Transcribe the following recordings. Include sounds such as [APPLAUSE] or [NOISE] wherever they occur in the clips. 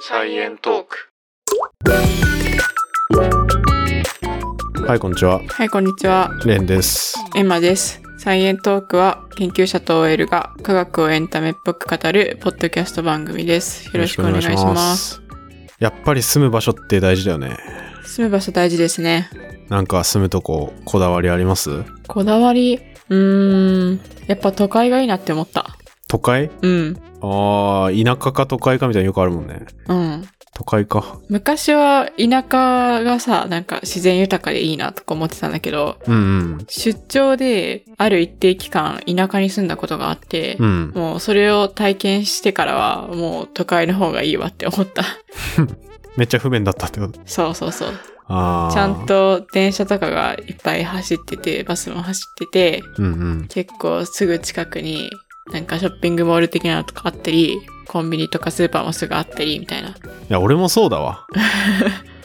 サイエントーク。はい、こんにちは。はい、こんにちは。レンです。エマです。サイエントークは研究者と OL が科学をエンタメっぽく語るポッドキャスト番組です。よろしくお願いしよろくおます。す。やっぱり住む場所って大事だよね。住む場所大事ですね。なんか住むとこ、こだわりありますこだわり、うーん、やっぱ都会がいいなって思った。都会うん、ああ、田舎か都会かみたいなのよくあるもんね。うん。都会か。昔は田舎がさ、なんか自然豊かでいいなとか思ってたんだけど、うん出張である一定期間田舎に住んだことがあって、うん。うん。もうそれを体験してからはもう都会の方がいいわって思った。めっちゃ不便だったってこと。そうそうそう。ああ。ちゃん。と電車とかがいっぱい走ってて、バスも走ってて、うんうん。結構すぐ近くになんかショッピングモール的なのとかあったり、コンビニとかスーパーもすぐあったりみたいな。いや、俺もそうだ [LAUGHS] わ。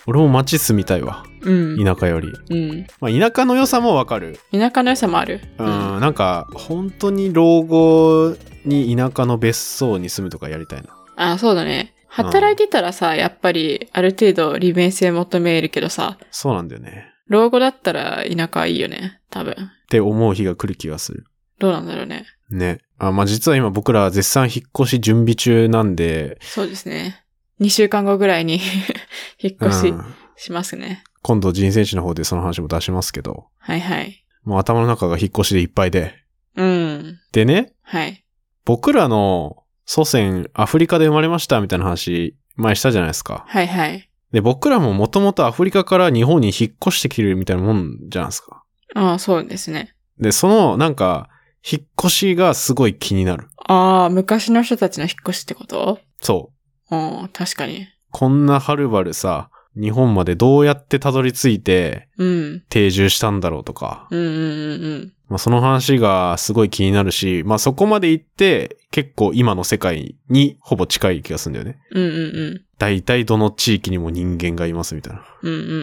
俺も街住みたいわ。うん。田舎より。うん。まあ、田舎の良さもわかる。田舎の良さもある。うん、なんか、本当に老後に田舎の別荘に住むとかやりたいな。あ、そうだね。働いてたらさ、やっぱりある程度利便性求めるけどさ、そうなんだよね。老後だったら田舎はいいよね。多分。って思う日が来る気がする。どうなんだろうね。ね。あ、まあ、実は今僕ら絶賛引っ越し準備中なんで、そうですね。2週間後ぐらいに [LAUGHS] 引っう越しん、しますね。今度人選地の方でその話も出しますけど、はいはい。もう頭の中が引っ越しでいっぱいで。うん。でね、はい。僕らの祖先アフリカで生まれましたみたいな話、前したじゃないですか。はいはい。で、僕らももともとアフリカから日本に引っ越してきてるみたいなもんじゃないですか。ああ、そうですね。で、その、なんか、引っ越しがすごい気になる。ああ、昔の人たちの引っ越しってことそう。うん、確かに。こんなはるばるさ、日本までどうやってたどり着いてうん。定住したんだろうとか、うんうんうんうん。まあ、その話がすごい気になるし、まあそこまで行って結構今の世界にほぼ近い気がするんだよね。うんうんうん。大体どの地域にも人間がいますみたいな。うんうんうんう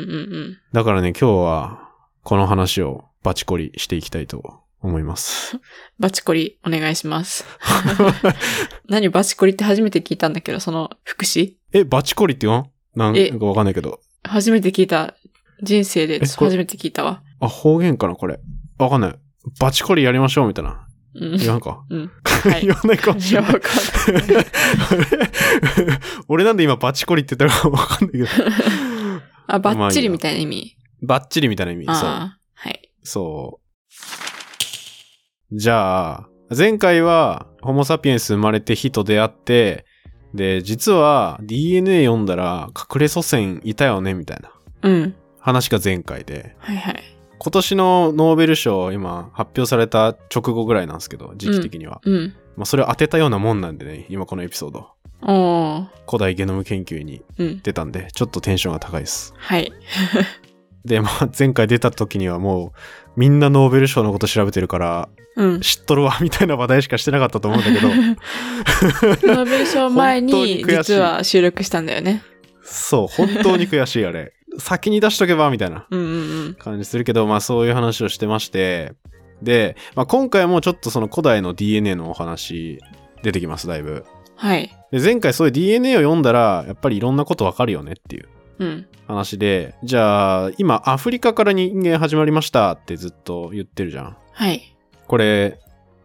ん。だからね、今日はこの話をバチコリしていきたいと思います。バチコリ、お願い [LAUGHS] します。何バチコリって初めて聞いたんだけど、その、福祉え、バチコリって言わんなんえなんかわかんないけど。初めて聞いた。人生でえこれ初めて聞いたわ。あ、方言かなこれ。わかんない。バチコリやりましょうみたいな。うん。言わんか。うん。 [LAUGHS] はい [LAUGHS] 言。わないかもいしれや、なわいかんない。俺なんで今バチコリって言ったのかわかんな [LAUGHS] いけど。あ、バッチリみたいな意味。バッチリみたいな意味。そう。ああ、はい。そう。じゃあ、前回はホモ・サピエンス生まれて火と出会って、で、実は DNA 読んだら隠れ祖先いたよねみたいなうん。話が前回で、はいはい。今年のノーベル賞今発表された直後ぐらいなんですけど、時期的には。うん。まあそれを当てたようなもんなんでね、今このエピソード。おー。古代ゲノム研究にうん。出たんで、ちょっとテンションが高いです。はい。で、まあ、前回出た時にはもう、みんなノーベル賞のこと調べてるから、 [LAUGHS] うん。知っとるわ、みたいな話題しかしてなかったと思うんだけど、ノーベル賞前本当にに悔しい実は収録したんだよね。そう、本当に悔しい、あれ。先に出しとけば、みたいなうんうん感じするけど、まあ、そういう話をしてまして、で、まあ、今回もちょっとその古代の DNA のお話、出てきます、だいぶ。うん。はい。で、前回そういう DNA を読んだら、やっぱりいろんなことわかるよねっていううん。話で、じゃあ、今、アフリカから人間始まりましたってずっと言ってるじゃん。はい。これ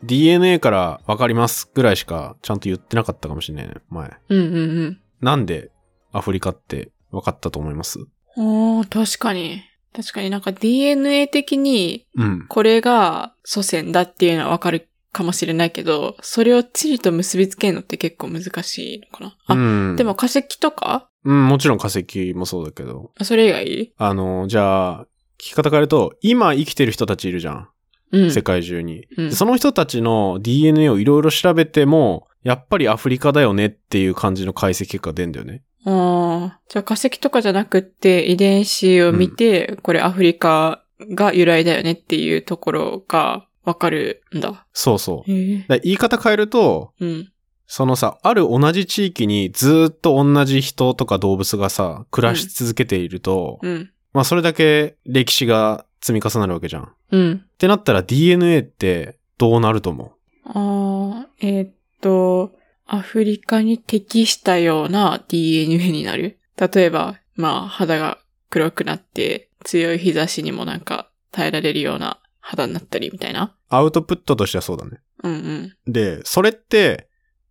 DNA から分かりますぐらいしかちゃんと言ってなかったかもしれないね前うんうんなんでアフリカって分かったと思いますうん。おー、確かに。確かになんか DNA 的にうんこれが祖先だっていうのはわかるかもしれないけど、それを地理と結びつけるのって結構難しいのかな。あ、うん、でも、化石とかうん、もちろん化石もそうだけどそれ以外あのじゃあ聞き方変えると今生きてる人たちいるじゃん、うん。世界中に、うんでその人たちの DNA をいろいろ調べてもやっぱりアフリカだよねっていう感じの解析結果出んだよねああ、じゃあ化石とかじゃなくって遺伝子を見て、これアフリカが由来だよねっていうところがわかるんだ。そうそうへえ。だから言い方変えるとうん。そのさ、ある同じ地域にずーっと同じ人とか動物がさ、暮らし続けていると、うん。まあそれだけ歴史が積み重なるわけじゃん。っうん。てなったら DNA ってどうなると思ああ、えーっと、アフリカに適したような DNA になる。例えば、まあ、肌が黒くなって、強い日差しにもなんか耐えられるような肌になったりみたいな。アウトプットとしてはそうだね。うんうん。で、それって、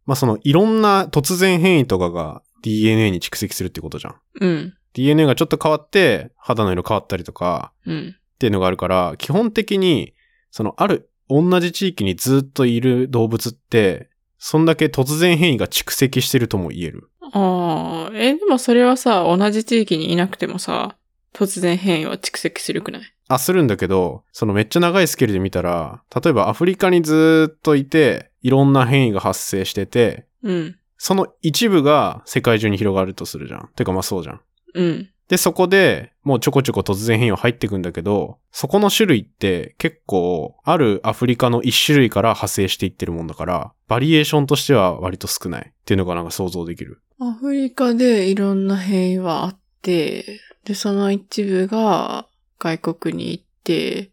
まあ、そのいろんな突然変異とかが DNA に蓄積するってことじゃん。うん。 DNA がちょっと変わって肌の色変わったりとかうん。っていうのがあるから、基本的に、そのある同じ地域にずっといる動物って、そんだけ突然変異が蓄積してるとも言える。ああ、え、でもそれはさ、同じ地域にいなくてもさ、突然変異は蓄積するくないあ、するんだけど、そのめっちゃ長いスケールで見たら、例えばアフリカにずっといて、いろんな変異が発生してて、うん。その一部が世界中に広がるとするじゃん。てかまあそうじゃん。うん。で、そこでもうちょこちょこ突然変異は入ってくんだけど、そこの種類って結構あるアフリカの一種類から派生していってるもんだから、バリエーションとしては割と少ないっていうのがなんか想像できる。アフリカでいろんな変異はあって、で、その一部が外国に行って、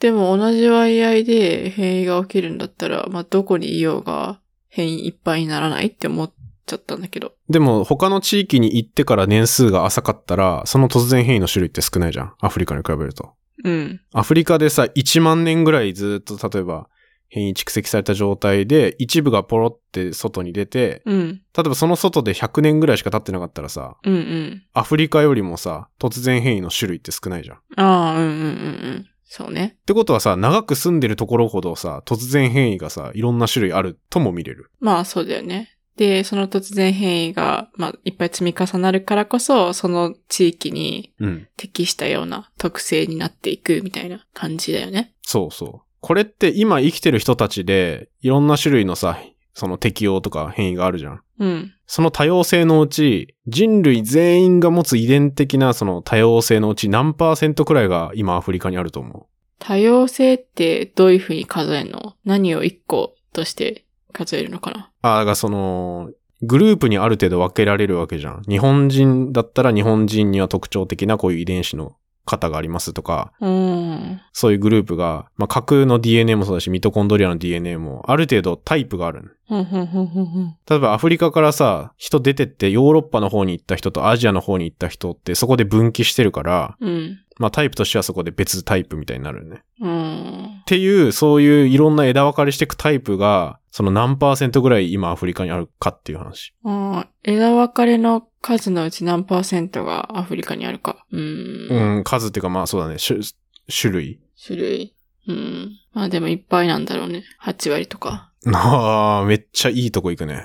でも同じ割合で変異が起きるんだったら、まあ、どこにいようが変異いっぱいにならないって思っちゃったんだけど。でも他の地域に行ってから年数が浅かったら、その突然変異の種類って少ないじゃん。アフリカに比べると。うん。アフリカでさ、1万年ぐらいずっと例えば変異蓄積された状態で、一部がポロって外に出て、うん。例えばその外で100年ぐらいしか経ってなかったらさ、うんうん。アフリカよりもさ、突然変異の種類って少ないじゃん。っああ、うんうんうんうん。そうね。てことはさ、長く住んでるところほどさ、突然変異がさ、いろんな種類あるとも見れる。まあそうだよね。で、その突然変異が、まあ、いっぱい積み重なるからこそ、その地域にうん。適したような特性になっていくみたいな感じだよね。そうそう。これって今生きてる人たちで、いろんな種類のさ、その適応とか変異があるじゃん。うん。その多様性のうち、人類全員が持つ遺伝的なその多様性のうち何パーセントくらいが今アフリカにあると思多様性ってどういう風に数えるの何を一個として数えるのかなう。ああ、だからその、グループにある程度分けられるわけじゃん。日本人だったら日本人には特徴的なこういう遺伝子の型がありますとか、うーん。そういうグループが、まあ、架空の DNA もそうだし、ミトコンドリアの DNA も、ある程度タイプがあるの。ふんふんふんふんふん。例えばアフリカからさ、人出てってヨーロッパの方に行った人とアジアの方に行った人ってそこで分岐してるから、うん。まあタイプとしてはそこで別タイプみたいになるよね。うーんっ。ていう、そういういろんな枝分かれしていくタイプが、その何パーセントぐらい今アフリカにあるかっていう話。あー枝分かれの数のうち何パーセントがアフリカにあるか。うーん。うん、数っていうかまあそうだね、種種類。 [LAUGHS] 種類。うん。まあでもいっぱいなんだろうね。8割とか。ああ、めっちゃいいとこ行くね。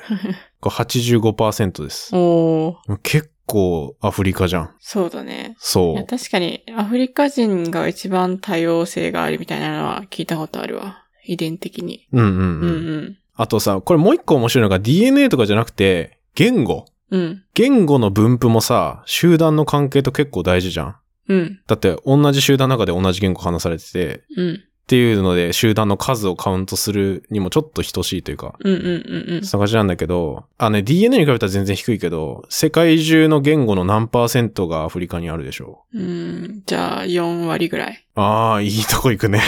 これ85%です。 [LAUGHS] おー、結構アフリカじゃん。そうだね。いそやう。確かに、アフリカ人が一番多様性があるみたいなのは聞いたことあるわ。遺伝的に。うんうんううんん。うん。あとさ、これもう一個面白いのが DNA とかじゃなくて、言語。うん。言語の分布もさ、集団の関係と結構大事じゃん。うん。だって、同じ集団の中で同じ言語話されてて、っうん。ていうので、集団の数をカウントするにもちょっと等しいというか、うん。うん。うん。うん。そんな感じなんだけど、あね、DNA に比べたら全然低いけど、世界中の言語の何パーセントがアフリカにあるでしょう。うん。じゃあ、4割ぐらい。 [LAUGHS] あー、いいとこ行くね。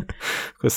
[LAUGHS] これ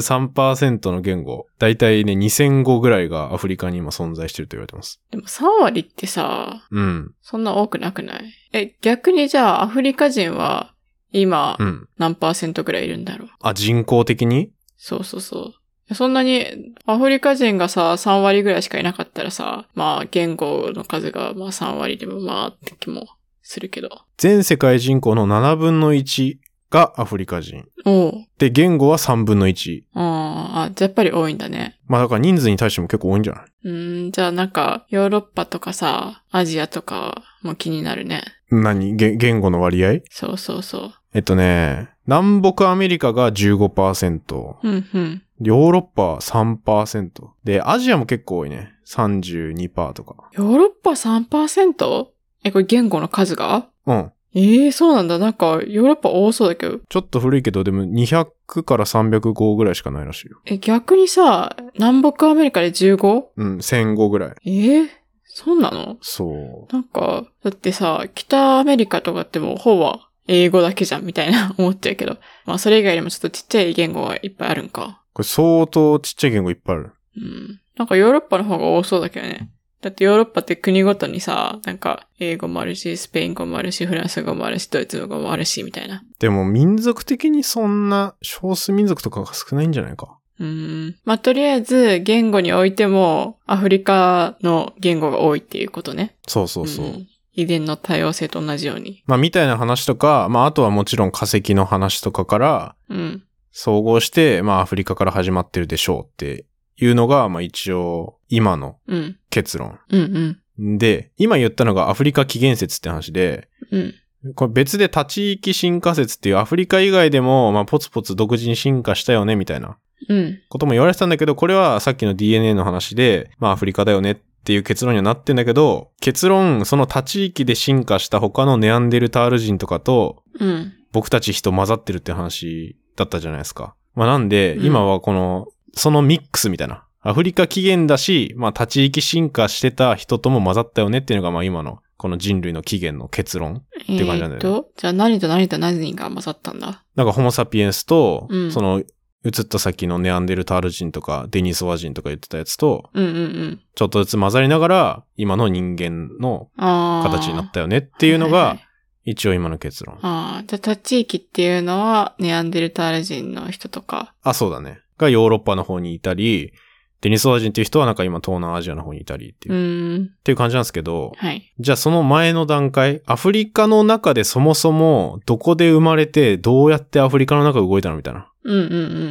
33%の言語。だいたいね、2000語ぐらいがアフリカに今存在してると言われてます。でも3割ってさ、うん。そんな多くなくないえ、逆にじゃあ、アフリカ人は、今う、ん。何パーセントぐらいいるんだろうあ、人口的にそうそうそう。そんなに、アフリカ人がさ、3割ぐらいしかいなかったらさ、まあ、言語の数が、まあ、3割でも、まあ、って気もするけど。全世界人口の7分の1がアフリカ人。おう。で、言語は3分の1。あーあ、じゃあやっぱり多いんだね。まあだから人数に対しても結構多いんじゃないうーん、じゃあなんか、ヨーロッパとかさ、アジアとかも気になるね。何げ言語の割合そうそうそう。えっとね、南北アメリカが15%、ヨうん、うん。ーロッパは3%、で、アジアも結構多いね。32%とか。ヨーロッパ 3%? え、これ言語の数がうん。ええー、そうなんだ。なんか、ヨーロッパ多そうだけど。ちょっと古いけど、でも200から300語ぐらいしかないらしいよ。え、逆にさ、南北アメリカで 15? うん、1000語ぐらい。ええー、そうなのそう。なんか、だってさ、北アメリカとかってもうほぼ英語だけじゃんみたいな [LAUGHS] 思っちゃうけど。まあそれ以外にもちょっとちっちゃい言語がいっぱいあるんか。これ相当ちっちゃい言語いっぱいある。うん。なんかヨーロッパの方が多そうだけどね。だってヨーロッパって国ごとにさ、なんか英語もあるし、スペイン語もあるし、フランス語もあるし、ドイツ語もあるし、みたいな。でも民族的にそんな少数民族とかが少ないんじゃないか。うーん。まあ、とりあえず言語においてもアフリカの言語が多いっていうことね。そうそうそう。ん遺伝の多様性と同じように。まあみたいな話とか、まああとはもちろん化石の話とかからうん。総合して、まあアフリカから始まってるでしょうっていうのが、まあ一応今のうん。結論。うんうん。で、今言ったのがアフリカ起源説って話で、うん。これ別で多地域進化説っていうアフリカ以外でも、まあポツポツ独自に進化したよねみたいなうん。ことも言われてたんだけど、これはさっきの DNA の話で、まあアフリカだよねっていう結論にはなってんだけど、結論、その他地域で進化した他のネアンデルタール人とかと、うん。僕たち人混ざってるって話だったじゃないですか。まあなんで、うん今はこの、そのミックスみたいな。アフリカ起源だし、まあ他地域進化してた人とも混ざったよねっていうのがまあ今の、この人類の起源の結論。えいう感じなんだよねーっと、じゃあ何と何と何が混ざったんだなんかホモサピエンスと、うんその、移った先のネアンデルタール人とか、デニソワ人とか言ってたやつと、うんうんうん。ちょっとずつ混ざりながら、今の人間のああ。形になったよねっていうのはいはいがはい、一応今の結論。ああ、じゃあ、他地域っていうのは、ネアンデルタール人の人とか。あ、そうだね。がヨーロッパの方にいたり、デニソワ人っていう人はなんか今東南アジアの方にいたりっていうう、っーん。ていう感じなんですけど、はい。じゃあその前の段階、アフリカの中でそもそもどこで生まれてどうやってアフリカの中動いたのみたいな。うんう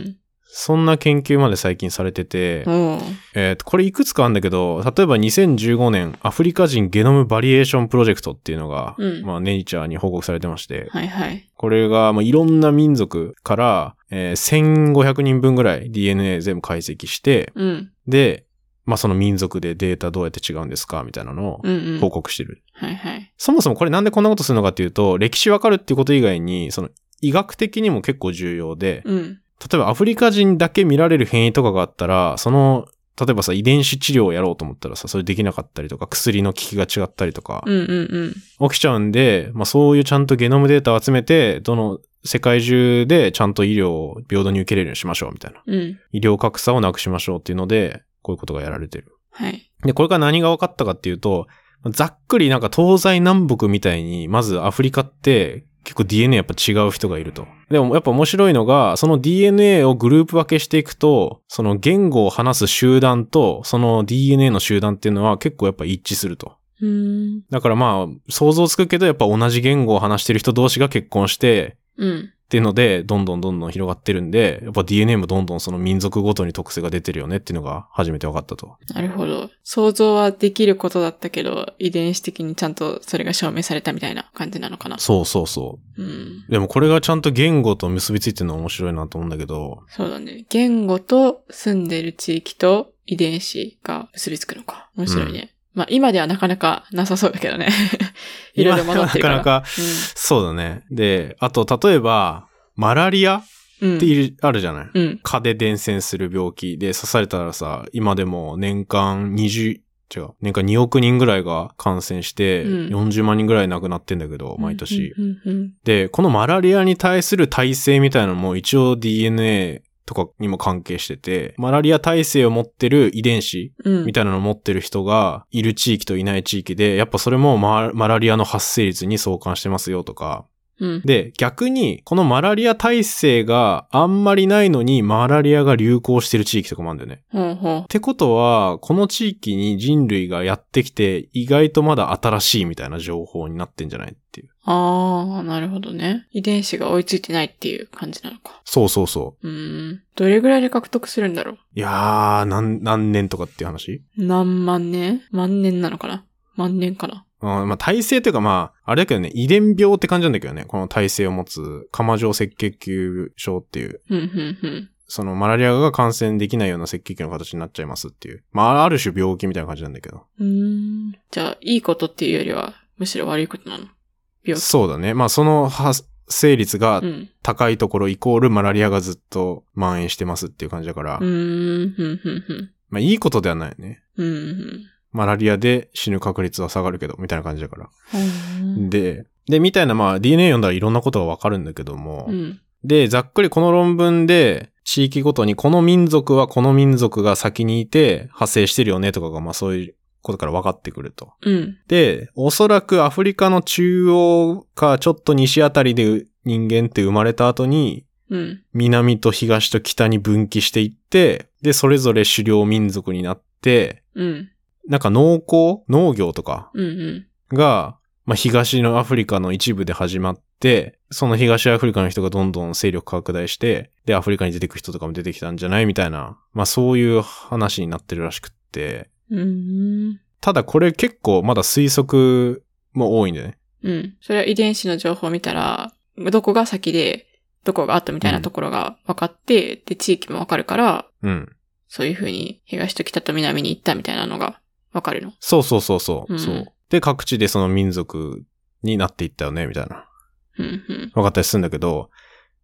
んそんな研究まで最近されててうん。、おうえっ、と、これいくつかあるんだけど、例えば2015年、アフリカ人ゲノムバリエーションプロジェクトっていうのが、うんまあ、ネイチャーに報告されてまして、はいはい。これが、まあ、いろんな民族から、えー1500人分ぐらい DNA 全部解析して、うん。で、まあ、その民族でデータどうやって違うんですかみたいなのをうんうん。報告してる。はいはい。そもそもこれなんでこんなことするのかっていうと、歴史わかるっていうこと以外に、その、医学的にも結構重要で、うん。例えばアフリカ人だけ見られる変異とかがあったら、その、例えばさ、遺伝子治療をやろうと思ったらさ、それできなかったりとか、薬の効きが違ったりとかう、んうんうん。起きちゃうんで、まあそういうちゃんとゲノムデータを集めて、どの、世界中でちゃんと医療を平等に受けれるようにしましょうみたいな。うん。医療格差をなくしましょうっていうので、こういうことがやられてる。はい。で、これから何が分かったかっていうと、ざっくりなんか東西南北みたいに、まずアフリカって結構 DNA やっぱ違う人がいると。でもやっぱ面白いのが、その DNA をグループ分けしていくと、その言語を話す集団と、その DNA の集団っていうのは結構やっぱ一致すると。うーん。だからまあ、想像つくけどやっぱ同じ言語を話してる人同士が結婚して、うん。っていうので、どんどんどんどん広がってるんで、やっぱ DNA もどんどんその民族ごとに特性が出てるよねっていうのが初めて分かったと。なるほど。想像はできることだったけど、遺伝子的にちゃんとそれが証明されたみたいな感じなのかな。そうそうそう。うん。でもこれがちゃんと言語と結びついてるのは面白いなと思うんだけど、そうだね。言語と住んでる地域と遺伝子が結びつくのか。面白いね。まあ今ではなかなかなさそうだけどね。いろい [LAUGHS] ろ今戻ってるから。なかなか、そうだね。で、あと例えば、マラリアっうん。うんている、あるじゃないうん。蚊で伝染する病気で刺されたらさ、今でも年間20、違う、年間2億人ぐらいが感染して、うん40万人ぐらい亡くなってんだけど、毎年。うんうんで、このマラリアに対する体制みたいなのも一応 DNA とかにも関係してて、マラリア体制を持ってる遺伝子うん。うんみたいなのを持ってる人がいる地域といない地域で、やっぱそれもママラリアの発生率に相関してますよとか。うん。で、逆に、このマラリア体制があんまりないのに、マラリアが流行してる地域とかもあるんだよね。ほうほってことは、この地域に人類がやってきて、意外とまだ新しいみたいな情報になってんじゃないっていう。う。ああ、なるほどね。遺伝子が追いついてないっていう感じなのか。そうそうそうーん。どれぐらいで獲得するんだろうう。いやー、何、何年とかっていう話何万年万年なのかな万年かなうん、まあ、体制というかまあ、あれだけどね、遺伝病って感じなんだけどね、この体制を持つ、釜状赤血球症っていううん、うん、うん。そのマラリアが感染できないような赤血球の形になっちゃいますっていう。まあ、ある種病気みたいな感じなんだけど。うーん。じゃあ、いいことっていうよりは、むしろ悪いことなの。病気そうだね。まあ、その発生率がうん。高いところイコールマラリアがずっと蔓延してますっていう感じだから、うーん、ふんふんふん。まあ、いいことではないよね。うんうんマラリアで死ぬ確率は下がるけど、みたいな感じだから。ふん。で、で、みたいな、まあ、DNA 読んだらいろんなことがわかるんだけども、うん。で、ざっくりこの論文で、地域ごとにこの民族はこの民族が先にいて派生してるよねとかが、まあそういうことから分かってくると。うん。で、おそらくアフリカの中央かちょっと西あたりで人間って生まれた後に、うん。南と東と北に分岐していって、で、それぞれ狩猟民族になって、うん。なんか農耕農業とかうん。うん。が、まあ、東のアフリカの一部で始まって、その東アフリカの人がどんどん勢力拡大して、で、アフリカに出てく人とかも出てきたんじゃないみたいな、まあ、そういう話になってるらしくって、うん。ただこれ結構まだ推測も多いんだよね。うん。それは遺伝子の情報を見たら、どこが先で、どこが後みたいなところが分かって、で、地域も分かるから、うん。そういう風に東と北と南に行ったみたいなのが分かるの。そうそうそうそう。うんそう。で、各地でその民族になっていったよね、みたいな。うん、うん。分かったりするんだけど。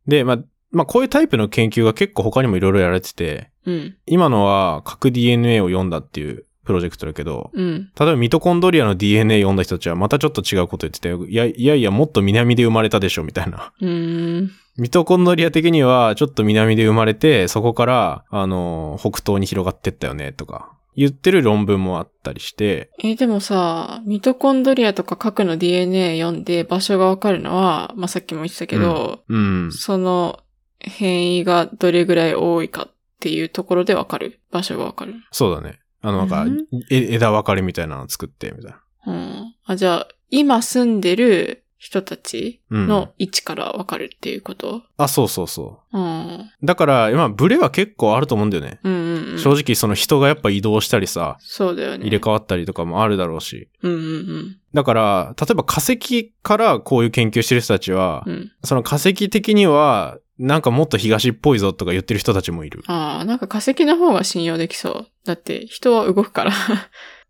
で、まあ、まあ、こういうタイプの研究が結構他にもいろいろやられてて、うん、今のは核 DNA を読んだっていうプロジェクトだけど、うん、例えばミトコンドリアの DNA 読んだ人たちはまたちょっと違うこと言ってたよ。いや、いやいや、もっと南で生まれたでしょ、みたいな。 [LAUGHS] うーん、ミトコンドリア的にはちょっと南で生まれて、そこから、あの、北東に広がってったよね、とか、言ってる論文もあったりして、えーでもさ、ミトコンドリアとか核の DNA 読んで場所がわかるのは、まあ、さっきも言ってたけど、うん。その変異がどれぐらい多いかっていうところでわかる。場所がわかる。そうだね。あの、なかうんん、え枝分かれみたいなの作って、みたいな。うん。あ、じゃあ、今住んでる人たちうん。の位置からわかるっていうことあ、そうそうそうん。う。だから、まあ、ブレは結構あると思うんだよね。うんうん、うん。正直、その人がやっぱ移動したりさ、そうだよね。入れ替わったりとかもあるだろうし。うんうんだから、例えば化石からこういう研究してる人たちは、うん。うん。その化石的には、なんかもっと東っぽいぞとか言ってる人たちもいる。ああ、なんか化石の方が信用できそう。だって人は動くから。 [LAUGHS]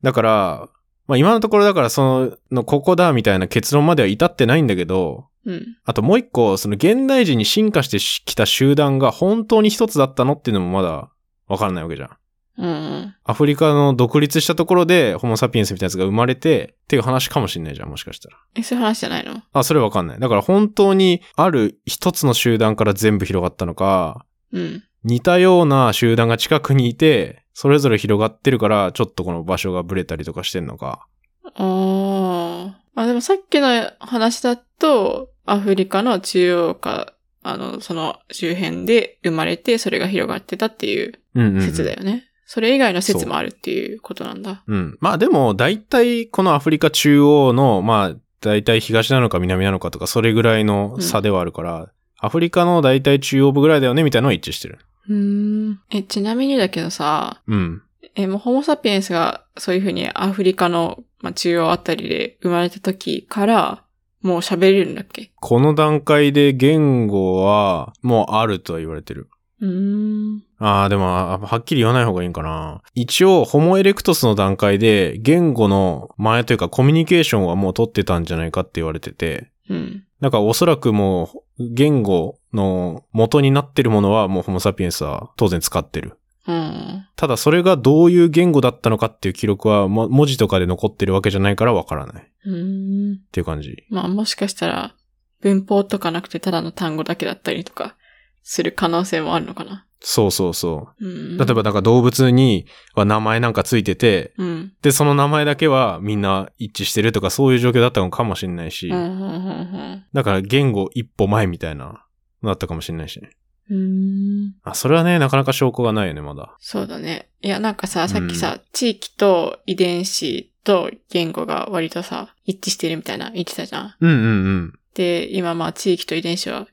だから、まあ今のところだからその、ここだみたいな結論までは至ってないんだけど、うん。あともう一個、その現代人に進化してきた集団が本当に一つだったのっていうのもまだわからないわけじゃん。うんうん。アフリカの独立したところでホモサピエンスみたいなやつが生まれてっていう話かもしんないじゃん、もしかしたら。え、そういう話じゃないのあ、それわかんない。だから本当にある一つの集団から全部広がったのか、うん。似たような集団が近くにいて、それぞれ広がってるから、ちょっとこの場所がブレたりとかしてんのか。ああ。あ、でもさっきの話だと、アフリカの中央か、あの、その周辺で生まれて、それが広がってたっていううんうん、うん。説だよね。それ以外の説もあるっていうことなんだ。うん。まあでも、大体このアフリカ中央の、まあ、大体東なのか南なのかとか、それぐらいの差ではあるから、アフリカの大体中央部ぐらいだよね、みたいなのは一致してる。うーん。え、ちなみにだけどさ、うん。え、もうホモサピエンスがそういうふうにアフリカの、まあ、中央あたりで生まれた時から、もう喋れるんだっけこの段階で言語は、もうあるとは言われてる。うーん。ああ、でも、あはっきり言わない方がいいんかな。一応、ホモエレクトスの段階で、言語の前というかコミュニケーションはもう取ってたんじゃないかって言われてて、うん。なんかおそらくもう、言語の元になってるものはもうホモサピエンスは当然使ってる。うん。ただそれがどういう言語だったのかっていう記録は、ま、文字とかで残ってるわけじゃないからわからないっうーん。ていう感じ。まあもしかしたら文法とかなくてただの単語だけだったりとかする可能性もあるのかな。そうそうそうん。う。例えば、なんか動物には名前なんかついてて、うん。で、その名前だけはみんな一致してるとかそういう状況だったのかもしれないし、うん。うん。うんだから言語一歩前みたいなのだったかもしれないしね。うん。うん。あ、それはね、なかなか証拠がないよね、まだ。そうだね。いや、なんかさ、さっきさ、地域と遺伝子と言語が割とさ、一致してるみたいな言ってたじゃん。うんうんで、今まあ地域と遺伝子は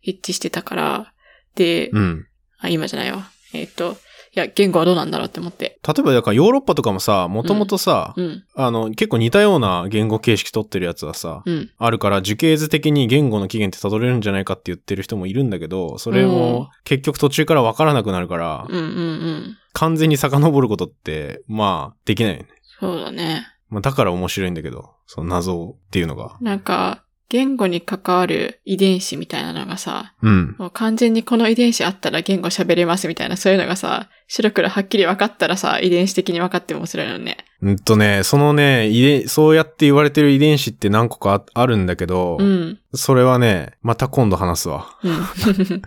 一致してたから、で、うん。うん。あ、今じゃないわ。えっ、と、いや、言語はどうなんだろうって思って。例えば、だからヨーロッパとかもさ、もともとさ、うん。あの、結構似たような言語形式取ってるやつはさ、うん。あるから樹形図的に言語の起源って辿れるんじゃないかって言ってる人もいるんだけど、それも結局途中からわからなくなるから、うんうんうん。完全に遡ることって、まあ、できないよね。そうだね。まあ、だから面白いんだけど、その謎っていうのが。なんか、言語に関わる遺伝子みたいなのがさ、うん。もう完全にこの遺伝子あったら言語喋れますみたいな、そういうのがさ、白黒はっきり分かったらさ、遺伝子的に分かっても面白いのね。うんとね、そのね、遺伝、そうやって言われてる遺伝子って何個かああるんだけど、うん。それはね、また今度話すわ。うん。 [LAUGHS]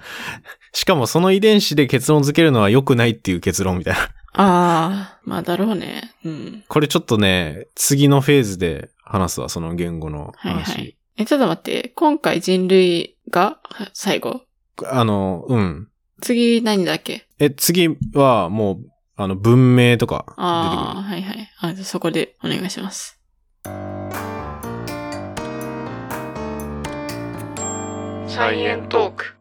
しかもその遺伝子で結論付けるのは良くないっていう結論みたいな。ああ、まあだろうね。うん。これちょっとね、次のフェーズで話すわ、その言語のはい話。はい。え、ちょっと待って。今回人類がは最後。あの、うん。次何だっけえ、次はもう、あの、文明とかああ、出てはいはい。あじゃあそこでお願いします。サイエントーク。くる。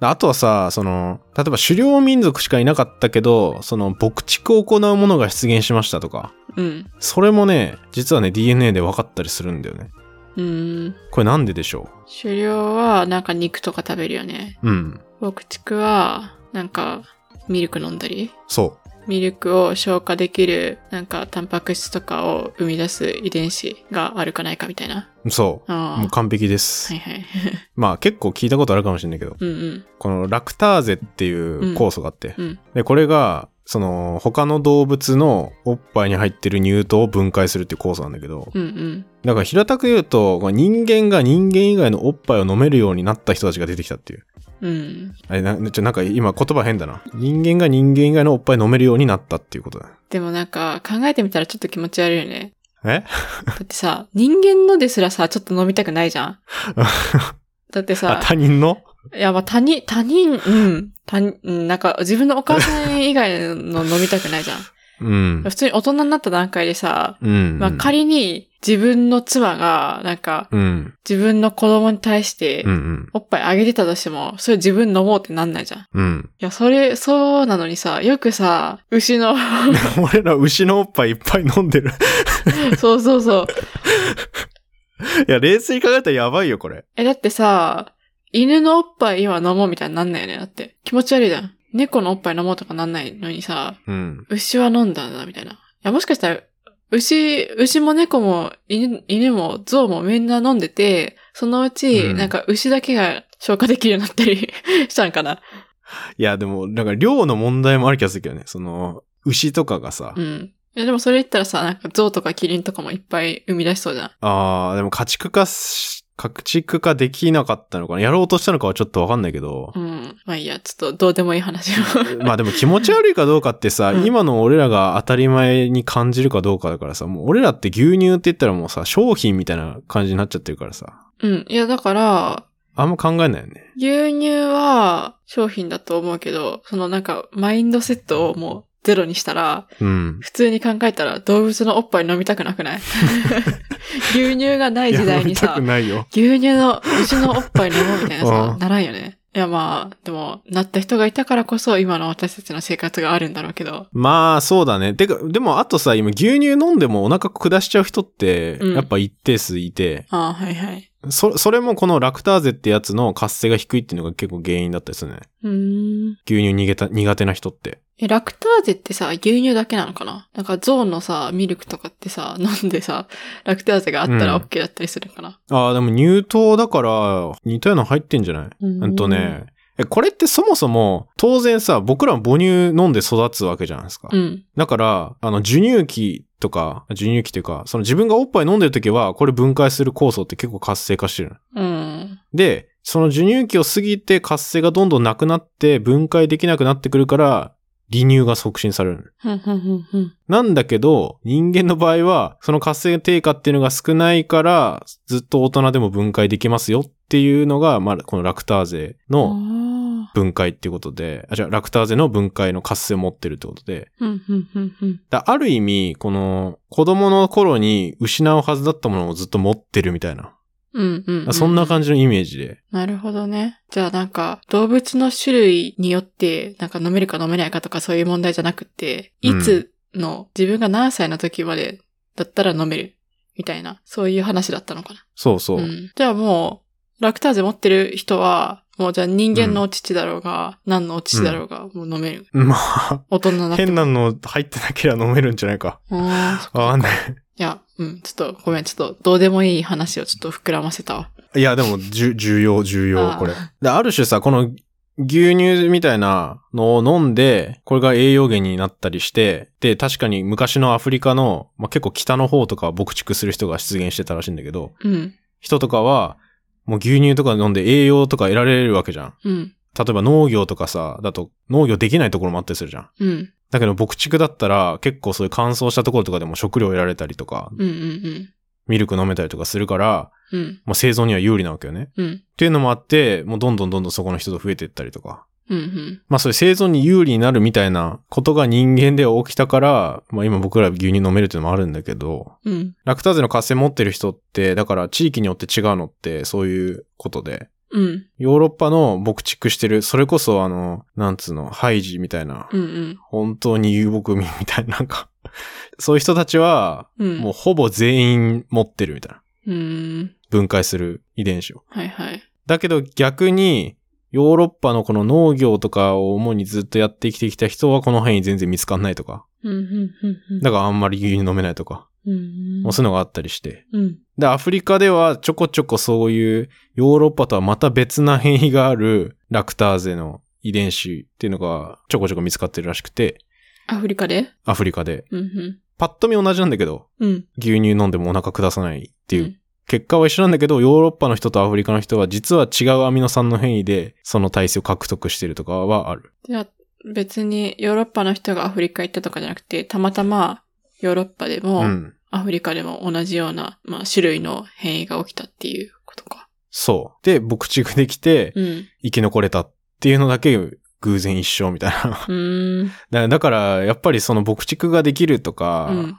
あとはさ、その、例えば狩猟民族しかいなかったけど、その、牧畜を行うものが出現しましたとか、うん。それもね、実はね、DNA で分かったりするんだよね。うーん。これなんででしょ狩猟はなんか肉とか食べるよね。ううん。牧畜はなんかミルク飲んだり。そミルクを消化できるなんかタンパク質とかを生み出す遺伝子があるかないかみたいな。う。そう。ああ。もう完璧です。はいはい。まあ結構聞いたことあるかもしれないけど、うんうん。このラクターゼっていう酵素があって、うん。で、これが、その、他の動物のおっぱいに入ってる乳糖を分解するっていう酵素なんだけど、うんうん。だから平たく言うと、こう人間が人間以外のおっぱいを飲めるようになった人たちが出てきたっていう。うん。あれ、な、ちょ、なんか今言葉変だな。人間が人間以外のおっぱい飲めるようになったっていうことだ。でもなんか考えてみたらちょっと気持ち悪いよね。えだってさ、人間のですらさ、ちょっと飲みたくないじゃん。だってあさ、他人のいや、まあ、他人、他人、うん、他人、うん、なんか自分のお母さん以外の飲みたくないじゃん。 [LAUGHS] うん。普通に大人になった段階でさ、うん。まあ、仮に自分の妻が、なんかうん。自分の子供に対してうん。う、ん。おっぱいあげてたとしても、それ自分飲もうってなんないじゃん。いうん。 [LAUGHS] や、それ、そうなのにさ、よくさ、牛の、 [LAUGHS] 俺ら牛のおっぱいいっぱい飲んでる。 [LAUGHS] そうそうそう。いや、冷静に考えたらやばいよ、これ。え、だってさ、犬のおっぱい今飲もうみたいになんないよね。だって。気持ち悪いじゃん。猫のおっぱい飲もうとかなんないのにさ、うん。牛は飲んだんだ、みたいな。いや、もしかしたら、牛、牛も猫も犬、犬も象もみんな飲んでて、そのうち、うんなんか牛だけが消化できるようになったりしたんかな。いや、でも、なんか量の問題もある気がするけどね。その、牛とかがさ、うん。いや、でもそれ言ったらさ、なんか象とかキリンとかもいっぱい生み出しそうじゃん。あー、でも家畜化し、家畜化できなかったのかな。やろうとしたのかはちょっとわかんないけどう。ん。まあいいや、ちょっとどうでもいい話 [LAUGHS] を。まあでも気持ち悪いかどうかってさ、うん今の俺らが当たり前に感じるかどうかだからさ、もう俺らって牛乳って言ったらもうさ、商品みたいな感じになっちゃってるからさ、うん。いや、だから、あんま考えないよね。牛乳は商品だと思うけど、そのなんかマインドセットをもうゼロにしたら、うん。普通に考えたら動物のおっぱい飲みたくなく [LAUGHS] ない牛乳がない時代にやさめたく、ないよ。牛乳の牛のおっぱい飲もうみたいなうさん、ならんよね。いやまあ、でも、なった人がいたからこそ今の私たちの生活があるんだろうけど。まあ、そうだね。てか、でも、あとさ、今、牛乳飲んでもお腹下しちゃう人って、うんやっぱ一定数いて、ああ、はいはい。そ、それもこのラクターゼってやつの活性が低いっていうのが結構原因だったりするね。うーん。牛乳逃げた、苦手な人って。え、ラクターゼってさ、牛乳だけなのかななんか象のさ、ミルクとかってさ、 [LAUGHS] 飲んでさ、ラクターゼがあったらうん OK だったりするのかな、ああ、でも乳糖だから、似たようなの入ってんじゃないうんうんとね、え、これってそもそも、当然さ、僕らも母乳飲んで育つわけじゃないですか。うん。だから、あの、授乳期とか、授乳期というか、その自分がおっぱい飲んでる時は、これ分解する酵素って結構活性化してるの。うん。で、その授乳期を過ぎて活性がどんどんなくなって分解できなくなってくるから、離乳が促進される。ふんふんふんふん。なんだけど、人間の場合は、その活性低下っていうのが少ないから、ずっと大人でも分解できますよっていうのが、まあ、このラクターゼのあ分解っていうことで、あ、じゃあ、ラクターゼの分解の活性を持ってるってことで、ーふんふんふんふん。だある意味、この、子供の頃に失うはずだったものをずっと持ってるみたいな。うんうん、うん。そんな感じのイメージで。なるほどね。じゃあなんか、動物の種類によって、なんか飲めるか飲めないかとかそういう問題じゃなくて、うんいつの、自分が何歳の時までだったら飲める、みたいな、そういう話だったのかな。そうそう。ん。じゃあもう、ラクターゼ持ってる人は、もうじゃあ人間のお乳だろうが、何のお乳だろうが、もう飲める。まあ、大人だって。変なの入ってなければ飲めるんじゃないか。あーそっかわかんない。いや、うん、ちょっと、ごめん、ちょっと、どうでもいい話をちょっと膨らませたわ。いや、でも、じゅ重要、重要あ、ーこれ。で、ある種さ、この牛乳みたいなのを飲んで、これが栄養源になったりして、で、確かに昔のアフリカの、まあ、結構北の方とかは牧畜する人が出現してたらしいんだけど、うん。人とかは、もう牛乳とか飲んで栄養とか得られるわけじゃん。うん。例えば農業とかさ、だと農業できないところもあったりするじゃん。うん。だけど牧畜だったら結構そういう乾燥したところとかでも食料得られたりとか、うん。うん。ミルク飲めたりとかするから、うん。まあ、生存には有利なわけよね。うん。っていうのもあって、もうどんどんどんどんそこの人と増えていったりとか。うん。うん。まあそういう生存に有利になるみたいなことが人間では起きたから、まあ今僕ら牛乳飲めるっていうのもあるんだけど、うん。ラクターゼの活性持ってる人って、だから地域によって違うのってそういうことで、うん。ヨーロッパの牧畜してる、それこそあの、なんつうの、ハイジみたいな、うん。本当に遊牧民みたいな、なんか、そういう人たちは、うん。もうほぼ全員持ってるみたいな。うん。分解する遺伝子を。はいはい。だけど逆に、ヨーロッパのこの農業とかを主にずっとやって生きてきた人はこの辺に全然見つかんないとか。うん。うん。だからあんまり牛乳飲めないとか。うん。もうそういうのがあったりして。うん。で、アフリカではちょこちょこそういうヨーロッパとはまた別な変異があるラクターゼの遺伝子っていうのがちょこちょこ見つかってるらしくて、アフリカでアフリカで。うん。うんパッと見同じなんだけど、うん。牛乳飲んでもお腹下さないっていううん結果は一緒なんだけど、ヨーロッパの人とアフリカの人は実は違うアミノ酸の変異で、その体質を獲得してるとかはある。じゃあ、別にヨーロッパの人がアフリカ行ったとかじゃなくて、たまたまヨーロッパでも、うん。アフリカでも同じような、まあ、種類の変異が起きたっていうことか。そう。で、牧畜できて、うん。生き残れたっていうのだけ、偶然一生みたいな。 [LAUGHS] うーん。だだから、やっぱりその牧畜ができるとか、うん。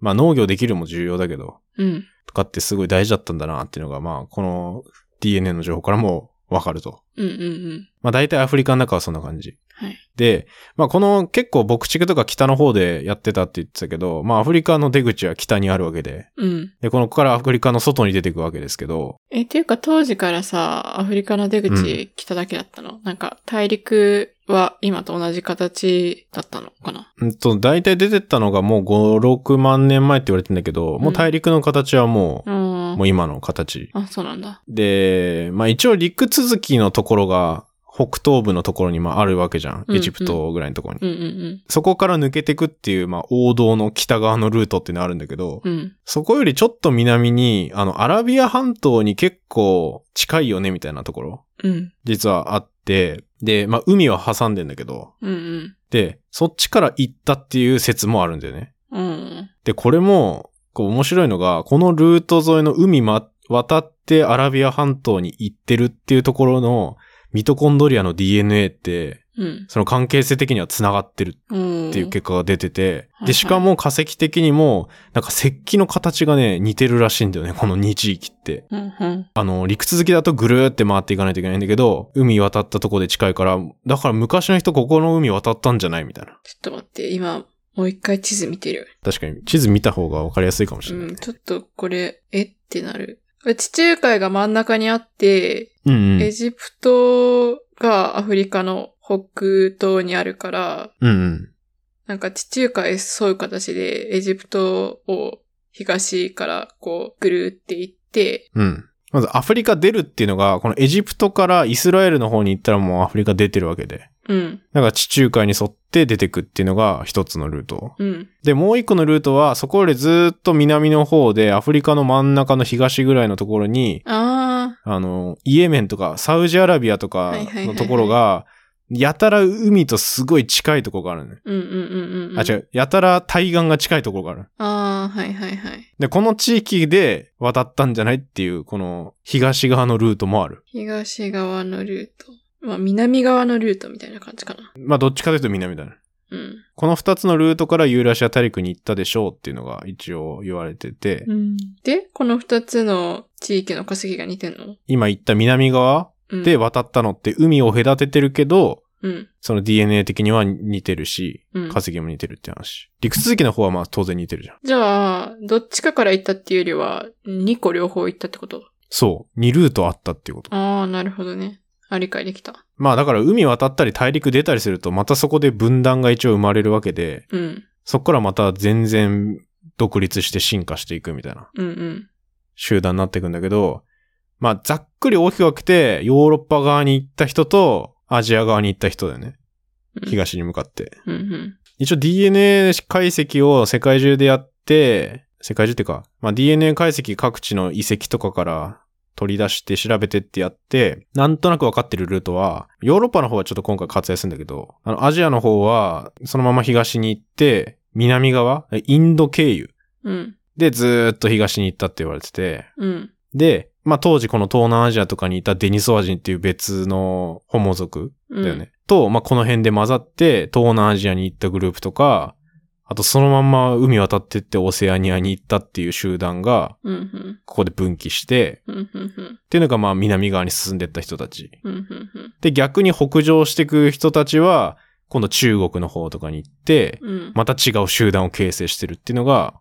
まあ農業できるも重要だけど、うん。とかってすごい大事だったんだなっていうのが、まあ、この DNA の情報からもわかると。うんうんうん。まあ大体アフリカの中はそんな感じ。はい。で、まあこの結構牧畜とか北の方でやってたって言ってたけど、まあアフリカの出口は北にあるわけで、うん。で、このここからアフリカの外に出ていくわけですけど、え、っていうか当時からさ、アフリカの出口来ただけだったの、なんか大陸は今と同じ形だったのかなうんと、大体出てったのがもう5、6万年前って言われてんだけど、もう大陸の形はもうう、ーもん。う今の形。あ、そうなんだ。で、まあ一応陸続きのところが、北東部のところにまああるわけじゃん。うんエジプトぐらいのところに。うんうんそこから抜けてくっていう、まあ王道の北側のルートっていうのあるんだけど、うん。うん。そこよりちょっと南に、あの、アラビア半島に結構近いよね、みたいなところ、うん。実はあって、で、まあ、海は挟んでんだけど、うんうん。で、そっちから行ったっていう説もあるんだよね。うん。で、これも、こう面白いのが、このルート沿いの海ま、渡ってアラビア半島に行ってるっていうところの、ミトコンドリアの DNA って、うん。その関係性的には繋がってるうん。っていう結果が出ててう、んで、しかも化石的にも、なんか石器の形がね、似てるらしいんだよね、この2地域って。うんうん。あの、陸続きだとぐるーって回っていかないといけないんだけど、海渡ったとこで近いから、だから昔の人ここの海渡ったんじゃないみたいな。ちょっと待って、今、もう一回地図見てる。確かに、地図見た方がわかりやすいかもしれなういん、。ちょっとこれ、えってなる。これ地中海が真ん中にあって、うんうん。エジプトがアフリカの北東にあるから、うんうん。なんか地中海へ沿う形でエジプトを東からこうぐるーって行って、うん。まずアフリカ出るっていうのが、このエジプトからイスラエルの方に行ったらもうアフリカ出てるわけで。うん、だから地中海に沿って出てくっていうのが一つのルート。うん、で、もう一個のルートは、そこよりずーっと南の方で、アフリカの真ん中の東ぐらいのところに、ああの、イエメンとか、サウジアラビアとかはいはいはいのはいところが、やたら海とすごい近いところがあるね。ー、うんうんうんうん。あ、違う。う。やたら対岸が近いところがある。あー、はいはいはい。で、この地域で渡ったんじゃないっていう、この東側のルートもある。東側のルート。まあ南側のルートみたいな感じかな。まあ、どっちかというと南だね。うん。この二つのルートからユーラシア大陸に行ったでしょうっていうのが一応言われてて、で、この二つの地域の化石が似てんの今行った南側うん。で渡ったのって海を隔ててるけど、うん。その DNA 的には似てるし、うん。化石も似てるって話。陸続きの方はまあ当然似てるじゃん。じゃあ、どっちかから行ったっていうよりは、2個両方行ったってことそう。2ルートあったっていうこと。ああ、なるほどね。あ、理解できた。まあだから海渡ったり大陸出たりするとまたそこで分断が一応生まれるわけで、うん。そこからまた全然独立して進化していくみたいなうんうん。集団になっていくんだけど、まあ、ざっくり大きく分けて、ヨーロッパ側に行った人と、アジア側に行った人だよね。うん東に向かって。うんうん。一応 DNA 解析を世界中でやって、世界中っていうか、まあ、DNA 解析各地の遺跡とかから取り出して調べてってやって、なんとなく分かってるルートは、ヨーロッパの方はちょっと今回活躍するんだけど、あの、アジアの方は、そのまま東に行って、南側、インド経由うん。でずーっと東に行ったって言われてて、うん。で、まあ、当時この東南アジアとかにいたデニソワ人っていう別のホモ族うん。だよね。。と、まあ、この辺で混ざって、東南アジアに行ったグループとか、あとそのまんま海渡ってってオセアニアに行ったっていう集団が、うんうん。ここで分岐して、うんうんうん。っていうのがまあ南側に進んでった人たち。うんうんうん。で、逆に北上してく人たちは、今度中国の方とかに行って、うん。また違う集団を形成してるっていうのが、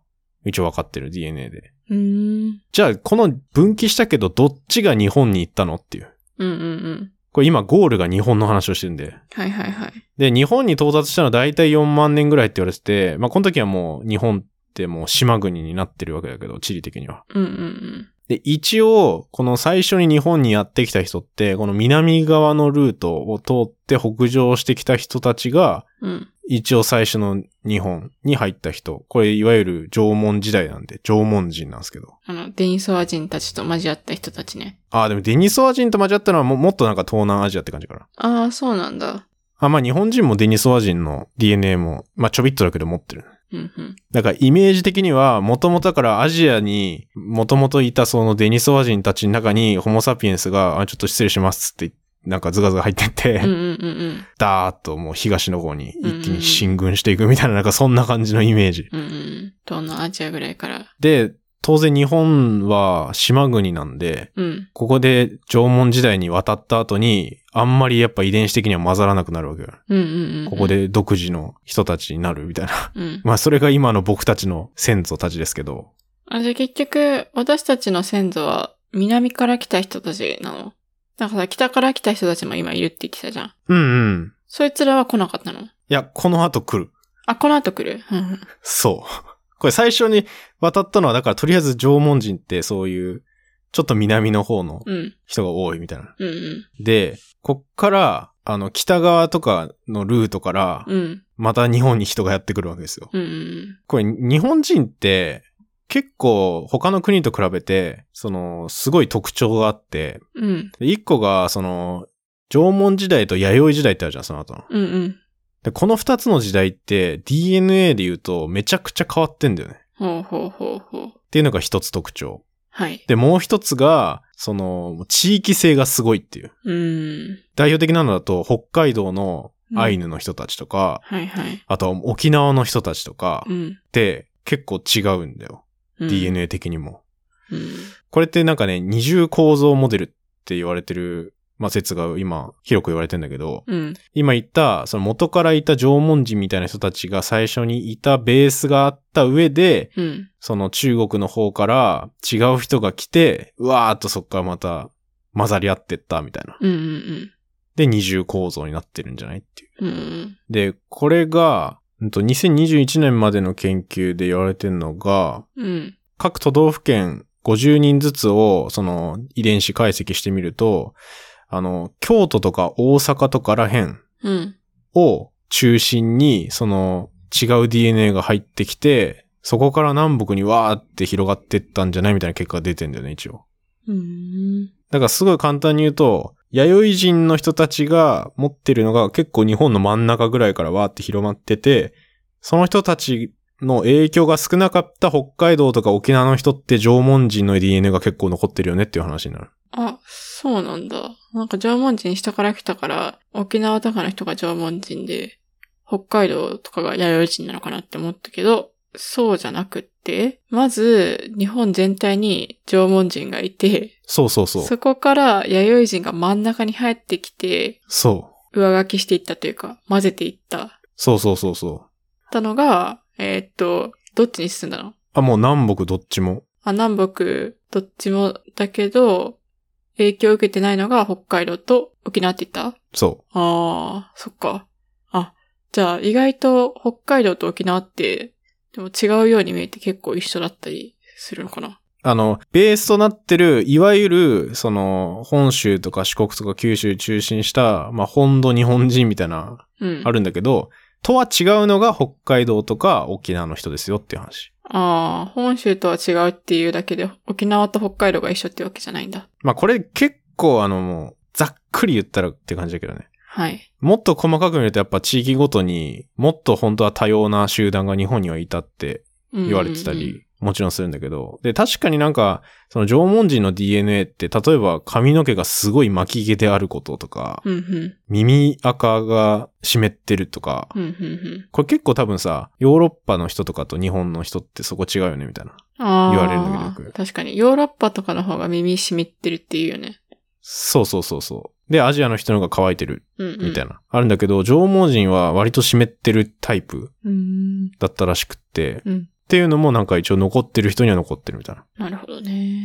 一応分かってる DNA で。うん。じゃあ、この分岐したけど、どっちが日本に行ったのっていう。うんうんうん。これ今ゴールが日本の話をしてるんで。はいはいはい。で、日本に到達したのは大体4万年ぐらいって言われてて、まあ、この時はもう日本ってもう島国になってるわけだけど、地理的には。うんうんで、一応、この最初に日本にやってきた人って、この南側のルートを通って北上してきた人たちが、うん。うん。一応最初の日本に入った人。これ、いわゆる縄文時代なんで、縄文人なんですけど。あの、デニソワ人たちと交わった人たちね。ああ、でもデニソワ人と交わったのはももっとなんか東南アジアって感じかな。ああ、そうなんだ。あ、まあ日本人もデニソワ人の DNA も、まあちょびっとだけど持ってる。うんうん。だからイメージ的には、もともとだからアジアに、もともといたそのデニソワ人たちの中に、ホモサピエンスが、あ、ちょっと失礼しますって、なんかズガズガ入ってって、うんうんうんダーッともう東の方に一気に進軍していくみたいな、なんかそんな感じのイメージ。うん。うんうん。東南アジアぐらいから。で、当然日本は島国なんで、うん。ここで縄文時代に渡った後に、あんまりやっぱ遺伝子的には混ざらなくなるわけよ。うんうんうん。ここ。で独自の人たちになるみたいな。うん。まあそれが今の僕たちの先祖たちですけど。あ、じゃあ結局、私たちの先祖は南から来た人たちなのなんかさ、北から来た人たちも今いるって言ってたじゃん。うんうん。そいつらは来なかったのいや、この後来る。あ、この後来るうんうんそう。これ最初に渡ったのは、だからとりあえず縄文人ってそういう、ちょっと南の方のうん。人が多いみたいな。うんうん。で、こっから、あの、北側とかのルートから、うん。また日本に人がやってくるわけですよ。うんうんこれ、日本人って、結構他の国と比べて、その、すごい特徴があって、うん。うん。で一個が、その、縄文時代と弥生時代ってあるじゃん、その後の。うんうん。で、この二つの時代って DNA で言うとめちゃくちゃ変わってんだよね。ほうほうほうほう。っていうのが一つ特徴。はい。で、もう一つが、その、地域性がすごいっていう。うーん。代表的なのだと、北海道のアイヌの人たちとか、はいはい。あとは沖縄の人たちとかう、ん。で、結構違うんだよ。うん。 DNA 的にも。うん。これってなんかね、二重構造モデルって言われてる、まあ、説が今、広く言われてんだけど、うん。今言った、その元からいた縄文人みたいな人たちが最初にいたベースがあった上で、うん。その中国の方から違う人が来て、うわーっとそっからまた混ざり合ってったみたいな。うんうんで、二重構造になってるんじゃないっていう。うん。うん。で、これが、うんと2021年までの研究で言われてるのが、うん。各都道府県50人ずつを、その遺伝子解析してみると、あの、京都とか大阪とから辺うん。を中心に、その違う DNA が入ってきて、そこから南北にわーって広がってったんじゃないみたいな結果が出てんだよね、一応。うん。だからすごい簡単に言うと、弥生人の人たちが持ってるのが結構日本の真ん中ぐらいからわーって広まってて、その人たちの影響が少なかった北海道とか沖縄の人って縄文人の DNA が結構残ってるよねっていう話になる。あ、そうなんだ。なんか縄文人下から来たから、沖縄とかの人が縄文人で、北海道とかが弥生人なのかなって思ったけど、そうじゃなくって、まず日本全体に縄文人がいて、そうそうそう。そこから弥生人が真ん中に入ってきて、そう。上書きしていったというか、混ぜていった。そうそうそうそう。たのが、えーっと、どっちに進んだのあ、もう南北どっちも。あ、南北、どっちもだけど、影響を受けてないのが北海道と沖縄って言ったそう。ああ、そっか。あ、じゃあ意外と北海道と沖縄って、でも違うように見えて結構一緒だったりするのかな。あの、ベースとなってる、いわゆる、その、本州とか四国とか九州中心した、まあ、本土日本人みたいな、うん。あるんだけど、とは違うのが北海道とか沖縄の人ですよっていう話。ああ、本州とは違うっていうだけで、沖縄と北海道が一緒ってわけじゃないんだ。まあ、これ結構あの、もう、ざっくり言ったらって感じだけどね。はい。もっと細かく見るとやっぱ地域ごとにもっと本当は多様な集団が日本にはいたって言言われてたり、。もちろんするんだけど。で、確かになんか、その縄文人の DNA って、例えば髪の毛がすごい巻き毛であることとか、うんうん。耳垢が湿ってるとか、うんうんうん。これ結構多分さ、ヨーロッパの人とかと日本の人ってそこ違うよねみたいな。ああ。言われるんだけどよく確かに。ヨーロッパとかの方が耳湿ってるっていうよね。そうそうそうそう。で、アジアの人の方が乾いてるうん、うん。みたいな。な。あるんだけど、縄文人は割と湿ってるタイプうーん。だったらしくって、うんっていうのもなんか一応残ってる人には残ってるみたいな。いなるほどね。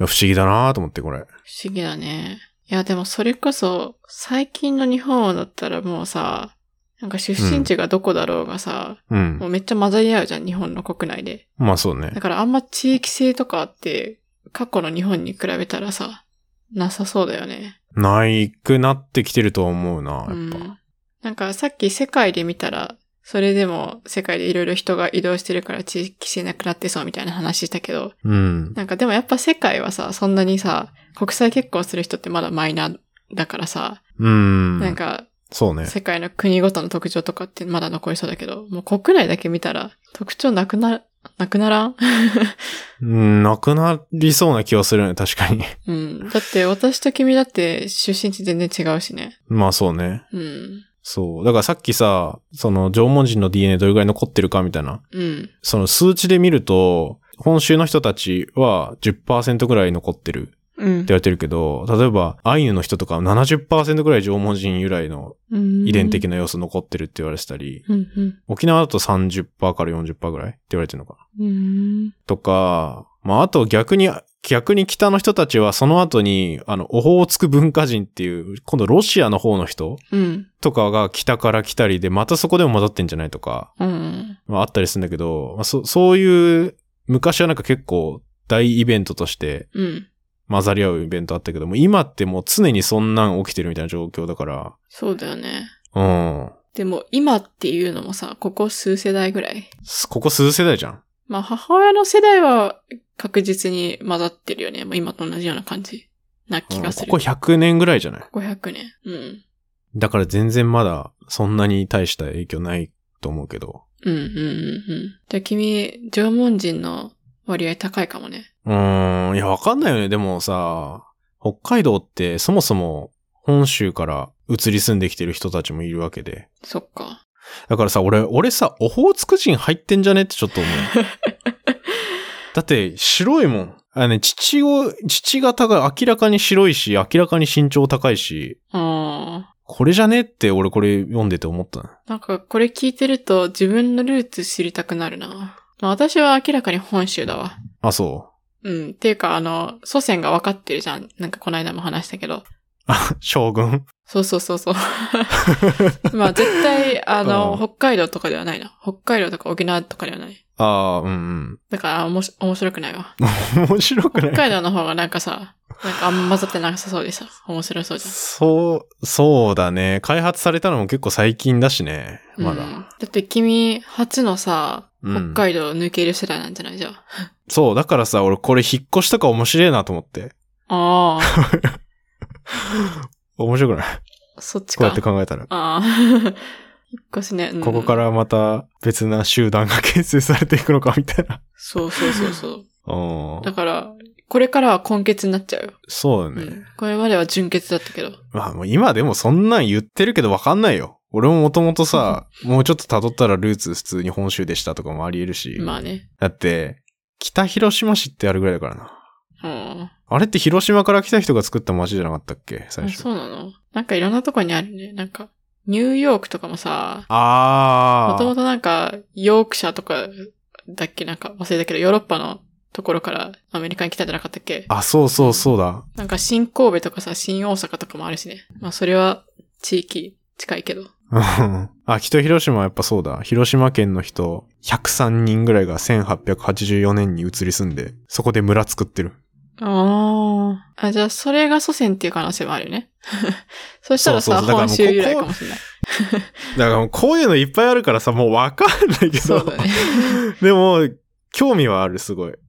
や不思議だなと思ってこれ。不思議だね。いや、でもそれこそ、最近の日本だったらもうさ、なんか出身地がどこだろうがさ、うんも。うめっちゃ混ざり合うじゃん、日本の国内で。まあそうねだ。からあんま地域性とかって、過去の日本に比べたらさ、なさそうだよね。ないくなってきてると思うな、やっぱ。うん。なんかさっき世界で見たら、それでも世界でいろいろ人が移動してるから地域性なくなってそうみたいな話したけど、うん。なんかでもやっぱ世界はさ、そんなにさ、国際結婚する人ってまだマイナーだからさ、うん。なんかそうね。世界の国ごとの特徴とかってまだ残りそうだけど、もう国内だけ見たら特徴なくな、なくならん [LAUGHS] うん、なくなりそうな気はするね、確かに。 [LAUGHS] うん。だって私と君だって出身地全然違うしね。まあそうね。うん。そう。だからさっきさ、その縄文人の DNA どれぐらい残ってるかみたいな。うん。その数値で見ると、本州の人たちは10%ぐらい残ってるってうん言。われてるけど、例えばアイヌの人とかは70%ぐらい縄文人由来の遺伝的な。な要素残ってるって言われてたり、うん、うん沖縄だと30%から40%ぐらいって言われてるのかな。うん。とか、まあ、あと逆に、逆に北の人たちはその後に、あの、オホーツク文化人っていう、今度ロシアの方の人うん。とかが北から来たりで、またそこでも混ざってんじゃないとか、うん。まあ、あったりするんだけど、まあ、そ、そういう、昔はなんか結構大イベントとしてうん。混ざり合うイベントあったけども、今ってもう常にそんなん起きてるみたいな状況だから、そうだよね。うん。でも今っていうのもさ、ここ数世代ぐらい。すここ数世代じゃん。まあ母親の世代は確実に混ざってるよね。もう今と同じような感じなう気んがこする。こ100年ぐらいじゃないここ100年。うん。だから全然まだそんなに大した影響ないと思うけど。うんうんうんうん。じゃあ君、縄文人の割合高いかもね。うーん、いや、わかんないよね。でもさ、北海道ってそもそも本州から移り住んできてる人たちもいるわけで。そっか。だからさ、俺、俺さ、オホーツク人入ってんじゃねってちょっと [LAUGHS] 思う。だって、白いもん。あのね、父を、父方が明らかに白いし、明らかに身長高いし、あこれじゃねって俺これ読んでて思ったなあ。なんかこれ聞いてると自分のルーツ知りたくなるな。まあ私は明らかに本州だわ。あ、そうん。っていうかあの、祖先が分かってるじゃん。なんかこの間も話したけど。う。 [LAUGHS] 将軍そうそうそう [LAUGHS] そう。まあ絶対、あの、うん北海道とかではないな。北海道とか沖縄とかではない。ああ、うんだから、おもし、面白くないわ。うん。 [LAUGHS] 面白くない北海道の方がなんかさ、なんかあんま混ざってなさそうでさ、面白そうじゃん。そう、そうだね。開発されたのも結構最近だしね。まだ。うんだって君、初のさ、うん北海道を抜ける世代なんじゃないじゃん。あそう、だからさ、俺これ引っ越しとか面白いなと思って。あ面白くない [LAUGHS] ー、そっちこうか。やって考えたら。あ [LAUGHS] あ。引っ越しね。うんここからまた別な集団が形成されていくのかみたい [LAUGHS] な。そうそうそうそうう。んだ。から、これからは根血になっちゃうよ。そううだね。ん。これまでは純血だったけど。まあもう今でもそんなん言ってるけどわかんないよ。俺ももともとさ、もうちょっと辿ったらルーツ普通に本州でしたとかもあり得るし。まあね。だって、北広島市ってあるぐらいだからな。うん。あれって広島から来た人が作った街じゃなかったっけ最あ初。そうなのなんかいろんなとこにあるね。なんか、ニューヨークとかもさ、ああ。もともとなんか、ヨークシャーとかだっけなんか忘れたけど、ヨーロッパのところからアメリカに来たんじゃなかったっけあ、そうそうそうだ。なんか新神戸とかさ、新大阪とかもあるしね。まあそれは地域近いけど。うんあ、北広島はやっぱそうだ。広島県の人、103人ぐらいが1884年に移り住んで、そこで村作ってる。ああ。あ、じゃあ、それが祖先っていう可能性もあるよね。 [LAUGHS] そしたらさ、そうそうだから本もう州由来かもしれない。だからもうこういうのいっぱいあるからさ、もうわかん [LAUGHS] ないけそどう。だね。でも、興味はある、すごい。 [LAUGHS]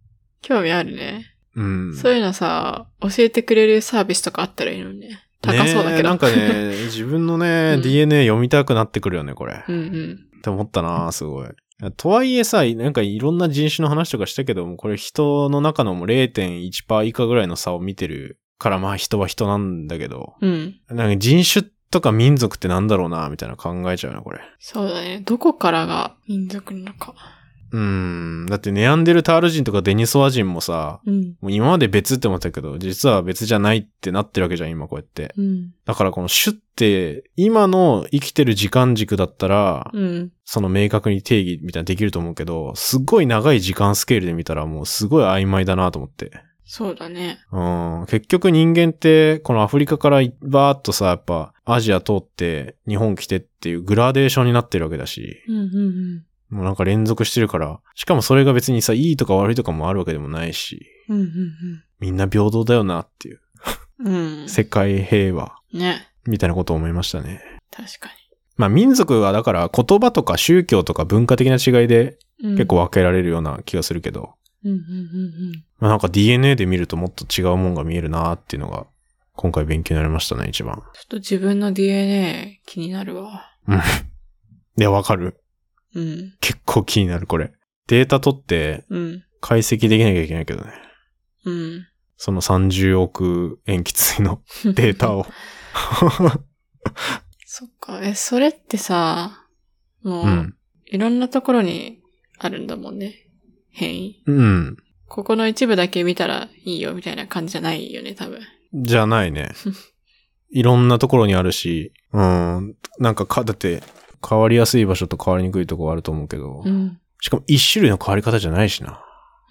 興味あるね。うん。そういうのさ、教えてくれるサービスとかあったらいいのにね。高そうだねえけど。なんかね、 [LAUGHS] 自分のね、うん DNA 読みたくなってくるよね、これ。うっんうん。て思ったな、すごい。とはいえさ、なんかいろんな人種の話とかしたけども、これ人の中のもう0.1%以下ぐらいの差を見てるから、まあ人は人なんだけど、うん。なんか人種とか民族ってなんだろうな、みたいな考えちゃうな、これ。そうだね。どこからが民族なのか。うん。だってネアンデルタール人とかデニソワ人もさ、うん。もう今まで別って思ったけど、実は別じゃないってなってるわけじゃん、今こうやって。うん。だからこの種って、今の生きてる時間軸だったら、うん。その明確に定義みたいなのできると思うけど、すっごい長い時間スケールで見たらもうすごい曖昧だなと思って。そうだね。うん、結局人間って、このアフリカからバーっとさ、やっぱアジア通って日本来てっていうグラデーションになってるわけだし、うんうんうん。もうなんか連続してるから、しかもそれが別にさ、いいとか悪いとかもあるわけでもないし、うんみんな平等だよなっていう、うんうん。世界平和、うん。ね。みたいなことを思いましたね。確かまあ民族はだから言葉とか宗教とか文化的な違いでに。うん結構。分けられるような気がするけど、うんうんうんうん。まあなんか DNA で見るともっと違うもんが見えるなーっていうのが今回勉強になりましたね、一番。ちょっと自分の DNA 気になるわ。いや、わかる。うん。結構気になる、これ。データ取ってうん。解析できなきゃいけないけどね。うん。その30億塩基対 [LAUGHS] のデータを。そっか。え、それってさ、もう、うん。いろんなところにあるんだもんね。変異。うん。ここの一部だけ見たらいいよみたいな感じじゃないよね、多分。じゃない [LAUGHS] ね。いろんなところにあるし、うん。なんかか、だって、変わりやすい場所と変わりにくいとこはあると思うけど、うん。しかも一種類の変わり方じゃないしな。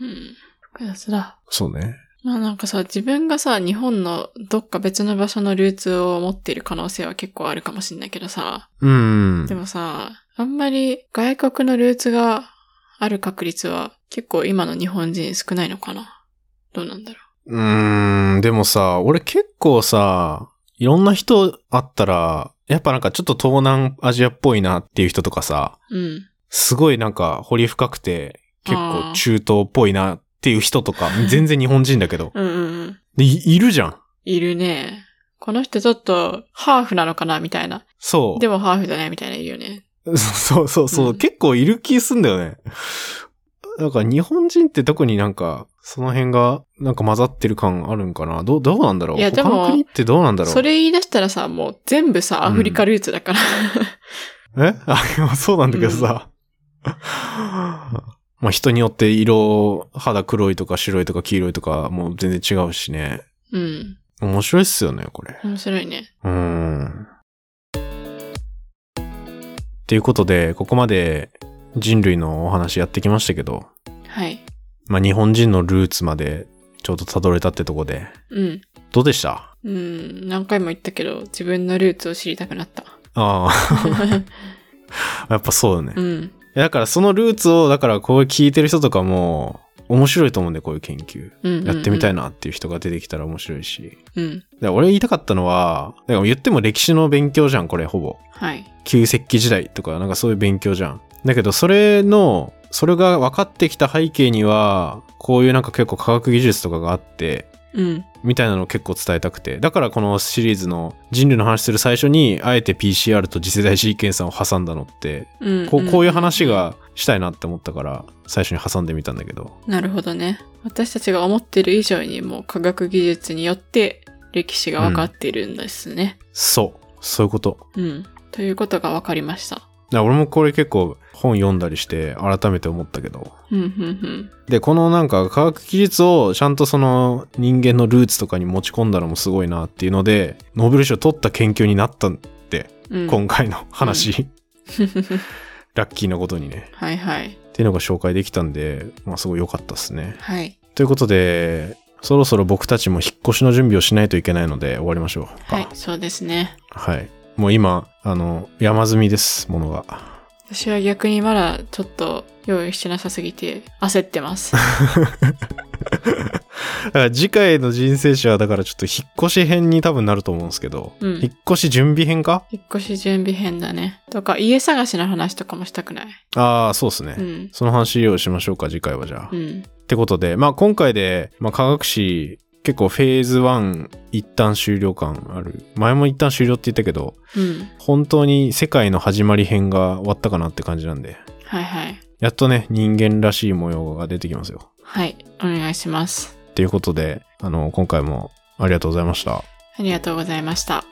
うん。複雑だ。そうね。まあなんかさ、自分がさ、日本のどっか別の場所のルーツを持っている可能性は結構あるかもしんないけどさ、うんで。もさ、あんまり外国のルーツがある確率は結構今の日本人少ないのかなどうなんだろうーん、でもさ、俺結構さ、いろんな人あったら、やっぱなんかちょっと東南アジアっぽいなっていう人とかさ、う。うん。すごいなんか掘り深くて、結あ構ー中東っぽいなっていう人とか、全然日本人だけど。うんうんうん。で、いいるじゃん。いるね。この人ちょっとハーフなのかなみたいな。そう。でもハーフじゃないみたいないるよね。 [LAUGHS] そうそうそう、うん結構いる気すんだよね。なんか日本人って特になんか、その辺が、なんか混ざってる感あるんかなどう、どうなんだろういやでも他の国ってどうなんだろうそれ言い出したらさ、もう全部さ、アフリカルーツだから。え [LAUGHS] あ、でもそうなんだけどさ。 [LAUGHS] まあ人によって色、肌黒いとか白いとか黄色いとかもう全然違うしね。うん。面白いっすよね、これ。面白いね。うーん。ということで、ここまで人類のお話やってきましたけど、はい。まあ日本人のルーツまでちょうど辿れたってとこで、うん。どうでしたうん。何回も言ったけど、自分のルーツを知りたく [LAUGHS] なった。ああ、やっぱそうよね。うん。だからそのルーツを、だからこう聞いてる人とかも、面白いと思うんで、こういう研究。うん。やってみたいい。なっていう人が出てきたら面白いし。うん。で俺言いたかったのは、だから言っても歴史の勉強じゃん、これほぼ。はい。旧石器時代とか、なんかそういう勉強じゃん。だけど、それの、それが分かってきた背景には、こういうなんか結構科学技術とかがあって、うん。みたいなのを結構伝えたくて。だからこのシリーズの人類の話する最初に、あえて PCR と次世代 C 検査を挟んだのって、うん。こうこういう話が。がしたいなって思ったから、最初に挟んでみたんだけど。なるほどね。私たちが思ってる以上にもう科学技術によって歴史が分かっているんですね。そう。そういうこと。うん。ということが分かりました。だから俺もこれ結構本読んだりして改めて思ったけど。うん、うん、で、このなんか科学技術をちゃんとその人間のルーツとかに持ち込んだのもすごいなっていうので、ノーベル賞取った研究になったって、うん。うん。今回の話。 [LAUGHS] ラッキーなことにね。はいはい。っていうのが紹介できたんで、まあすごい良かったっすね。はい。ということで、そろそろ僕たちも引っ越しの準備をしないといけないので終わりましょうか。はい。そうですね。はい。もう今、あの、山積みです、ものが。私は逆にまだちょっと用意してなさすぎて焦ってます。だから次回の人生史は、だからちょっと引っ越し編に多分なると思うんですけど、 [LAUGHS] うん引っ越し準備編か引っ越し準備編だね。とか、家探しの話とかもしたくない。ああ、そうですね。うん。その話をしましょうか、次回はじゃあ。うっん。てことで、まあ今回で、まあ科学史、結構フェーズ1一旦終了感ある。前も一旦終了って言ったけど、うん。本当に世界の始まり編が終わったかなって感じなんで、はいはい。やっとね、人間らしい模様が出てきますよ。はい。お願いします。ということで、あの、今回もありがとうございました。ありがとうございました。